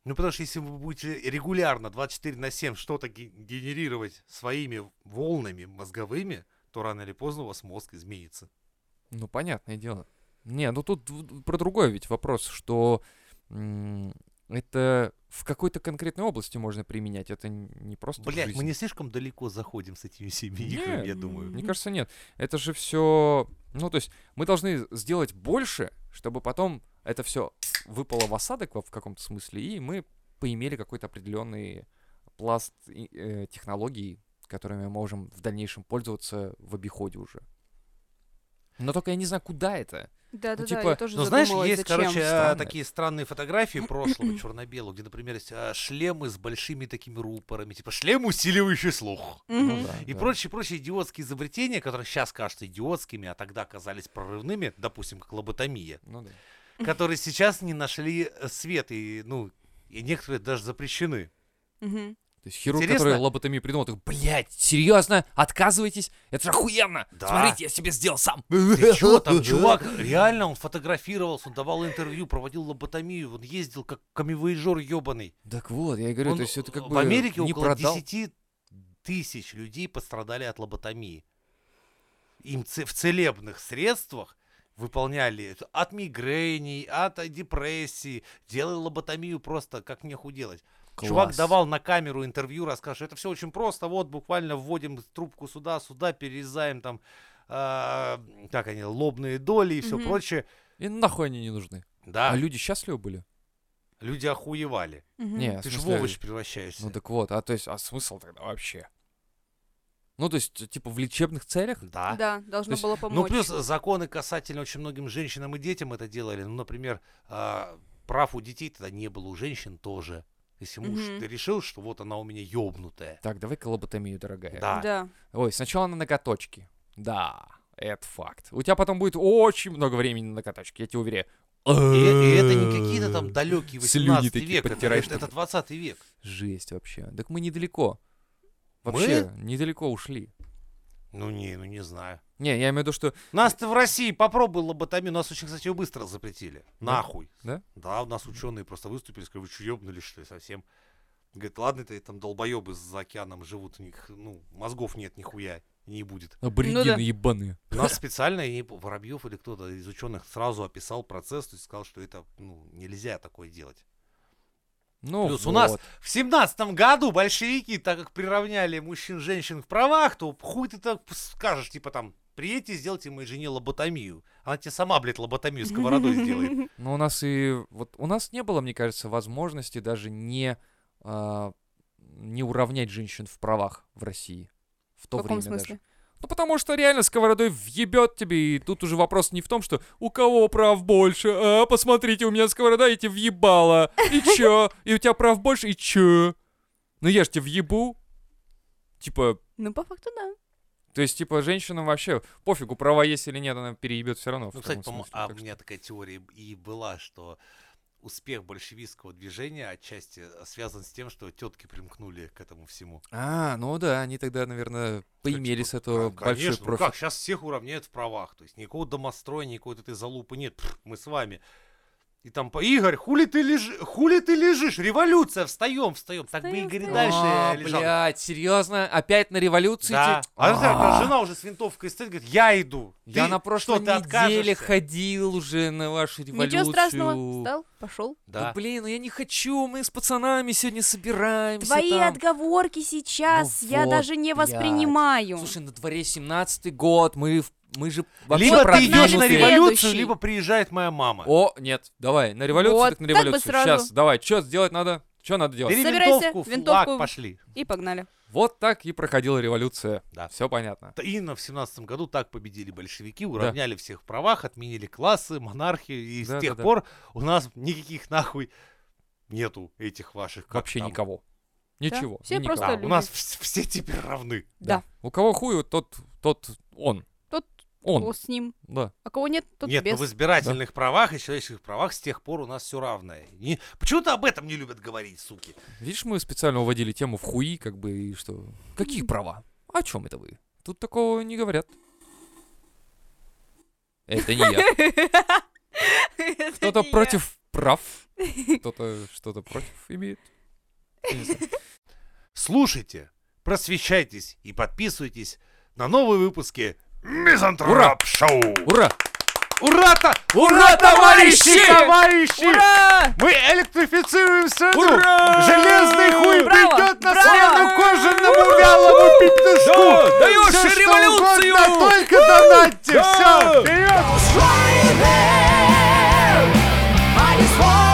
Ну, потому что если вы будете регулярно 24 на 7 что-то ге- генерировать своими волнами мозговыми, то рано или поздно у вас мозг изменится. Ну, понятное дело. Не, ну тут в- про другой ведь вопрос, что м, это в какой-то конкретной области можно применять, это н- не просто в Блять, мы жизни. не слишком далеко заходим с этими всеми Не, играми, я думаю. Мне кажется, нет. Это же все... Ну, то есть мы должны сделать больше, чтобы потом это все выпало в осадок во- в каком-то смысле, и мы поимели какой-то определенный пласт и- э, технологий, которыми мы можем в дальнейшем пользоваться в обиходе уже. Но только я не знаю, куда это. Да-да-да, типа, я тоже Но Ну, знаешь, задумалась, есть, зачем. короче, а, Странно. такие странные фотографии прошлого черно-белого, где, например, есть а, шлемы с большими такими рупорами, типа шлем, усиливающий слух. Ну Мгм. да, И да. прочие-прочие идиотские изобретения, которые сейчас кажутся идиотскими, а тогда казались прорывными, допустим, как лоботомия, Ну да. которые сейчас не нашли э, свет, и, ну, и некоторые даже запрещены. Мгм. То есть хирург, Интересно. который лоботомию придумал, такой, блядь, серьезно, отказываетесь? Это же охуенно! Да. Смотрите, я себе сделал сам! Ты чё там, чувак? Реально, он фотографировался, он давал интервью, проводил лоботомию, он ездил как камевоежор ебаный. Так вот, я и говорю, Он, то есть это э, как в бы Америке не около продал. 10 тысяч людей пострадали от лоботомии. Им ц- в целебных средствах выполняли это от мигрений, от э, депрессии, делали лоботомию просто как неху делать. Чувак Класс. давал на камеру интервью, расскажешь, это все очень просто, вот буквально вводим трубку сюда, сюда, перерезаем там, а, как они, лобные доли и все Мгм. прочее. И нахуй они не нужны. Да, А люди счастливы были? люди охуевали. Мгм. Не, А в Ты же в смысле, овощ превращаешься. Ну так вот, а то есть, а смысл тогда вообще? Ну то есть, типа, в лечебных целях? Да. Да, должно а? есть, было Ну, помочь. плюс законы касательно очень многим женщинам и детям это делали. Ну, например, а, прав у детей тогда не было, у женщин тоже. Если муж Мгм. решил, что вот она у меня ёбнутая. Так, давай-ка лоботомию, дорогая. Да. Да. Ой, сначала на ноготочки. Да, это факт. У тебя потом будет очень много времени на ноготочки, я тебе уверяю. И, и это не какие-то там далекие Слюни 18 такие век, это, подтираешь это- это такой. 20 век. Жесть вообще. Так мы недалеко. Мы? Вообще, недалеко ушли. Ну не, ну не знаю. Не, я имею в виду, что Нас ты в России попробуй лоботомию, нас очень, кстати, ее быстро запретили. Да? Нахуй. Да? Да, у нас ученые просто выступили, сказали, вы что, ебнули что ли совсем? Говорит, ладно, это там долбоебы за океаном живут, у них, ну, мозгов нет нихуя, и не будет. аборигены да. ну, ебаные. У нас специально, я не пом- Воробьев или кто-то из ученых сразу описал процесс, то есть сказал, что это, ну, нельзя такое делать. Ну, Плюс у нас вот. в семнадцатом году большевики, так как приравняли мужчин и женщин в правах, то хуй ты так скажешь, типа там, приедьте, сделайте моей жене лоботомию. Она тебе сама, блядь, лоботомию сковородой сделает. Ну, Но Ну, у нас и вот у нас не было, мне кажется, возможности даже не а, не уравнять женщин в правах в России в то В каком время смысле? даже. Ну потому что реально сковородой въебет тебе, и тут уже вопрос не в том, что у кого прав больше, а посмотрите, у меня сковорода, и тебе въебала, и чё, и у тебя прав больше, и чё? Ну я ж тебе въебу, типа, Ну, по факту, да. то есть, типа, женщинам вообще пофигу, права есть или нет, она переебет все равно. в Ну, кстати, таком по-мо- смысле, а у так что- меня такая теория и была, что успех большевистского движения отчасти связан с тем, что тетки примкнули к этому всему. А, ну да, они тогда, наверное, поимели с этого Кон- большой Конечно, ну профиль. как, сейчас всех уравняют в правах. То есть никакого домостроя, никакой вот этой залупы нет. Пф, мы с вами. И там, по- Игорь, хули ты, лежи... хули ты лежишь? Революция, встаем, встаем. Так бы Встаём, Игорь и встаём. дальше А, э, лежал. блядь, серьезно? Опять на революции? Да. идти? А знаешь, А. жена уже с винтовкой стоит, говорит, я иду. Я Ты на прошлой что, ты неделе откажешься? ходил уже на вашу революцию. Ничего страшного. Встал, пошел. Да. Да. блин, ну я не хочу, мы с пацанами сегодня собираемся Твои Ну, там. отговорки сейчас Ну я вот, даже не блядь. воспринимаю. Слушай, на дворе 17-й год, мы, в- мы же вообще Либо ты продвинутые. идешь на Следующий. революцию, либо приезжает моя мама. О, нет, давай, на революцию, Вот, так на так бы революцию. сразу. Сейчас, давай, что сделать надо? Что надо делать? Бери Собирайся, винтовку, флаг, винтовку. пошли. И погнали. Вот так и проходила революция. Да. Все понятно. Т- Именно в семнадцатом году так победили большевики, уравняли всех в правах, отменили классы, монархию, и Да, с тех да, да. пор у нас никаких нахуй нету этих ваших. как Вообще там. никого. Ничего. все и никого. Да, просто у люди. нас вс- все теперь равны. Да. У кого хуй, тот, тот он. Тот он. ну О, с ним. Да. А кого нет, тот Нет, без. но в избирательных правах и человеческих правах с тех пор у нас все равное. Не- Почему-то об этом не любят говорить, суки. Видишь, мы специально уводили тему в хуи, как бы, и что... Какие права? О чем это вы? Тут такого не говорят. Это не я. Это Кто-то не я. против прав, кто-то что-то против имеет. Я не знаю. Слушайте, просвещайтесь и подписывайтесь на новые выпуски Ура! Мизантроп Шоу. Ура! Ура-то! Ура, товарищи! Товарищи! Ура! Мы электрифицируем страну! Ура! Железный хуй Браво! придет на Браво! смену кожаному вялому пятнышку! Да, даешь Всё, что революцию! угодно, только донатьте! Да! Все, вперед! I just want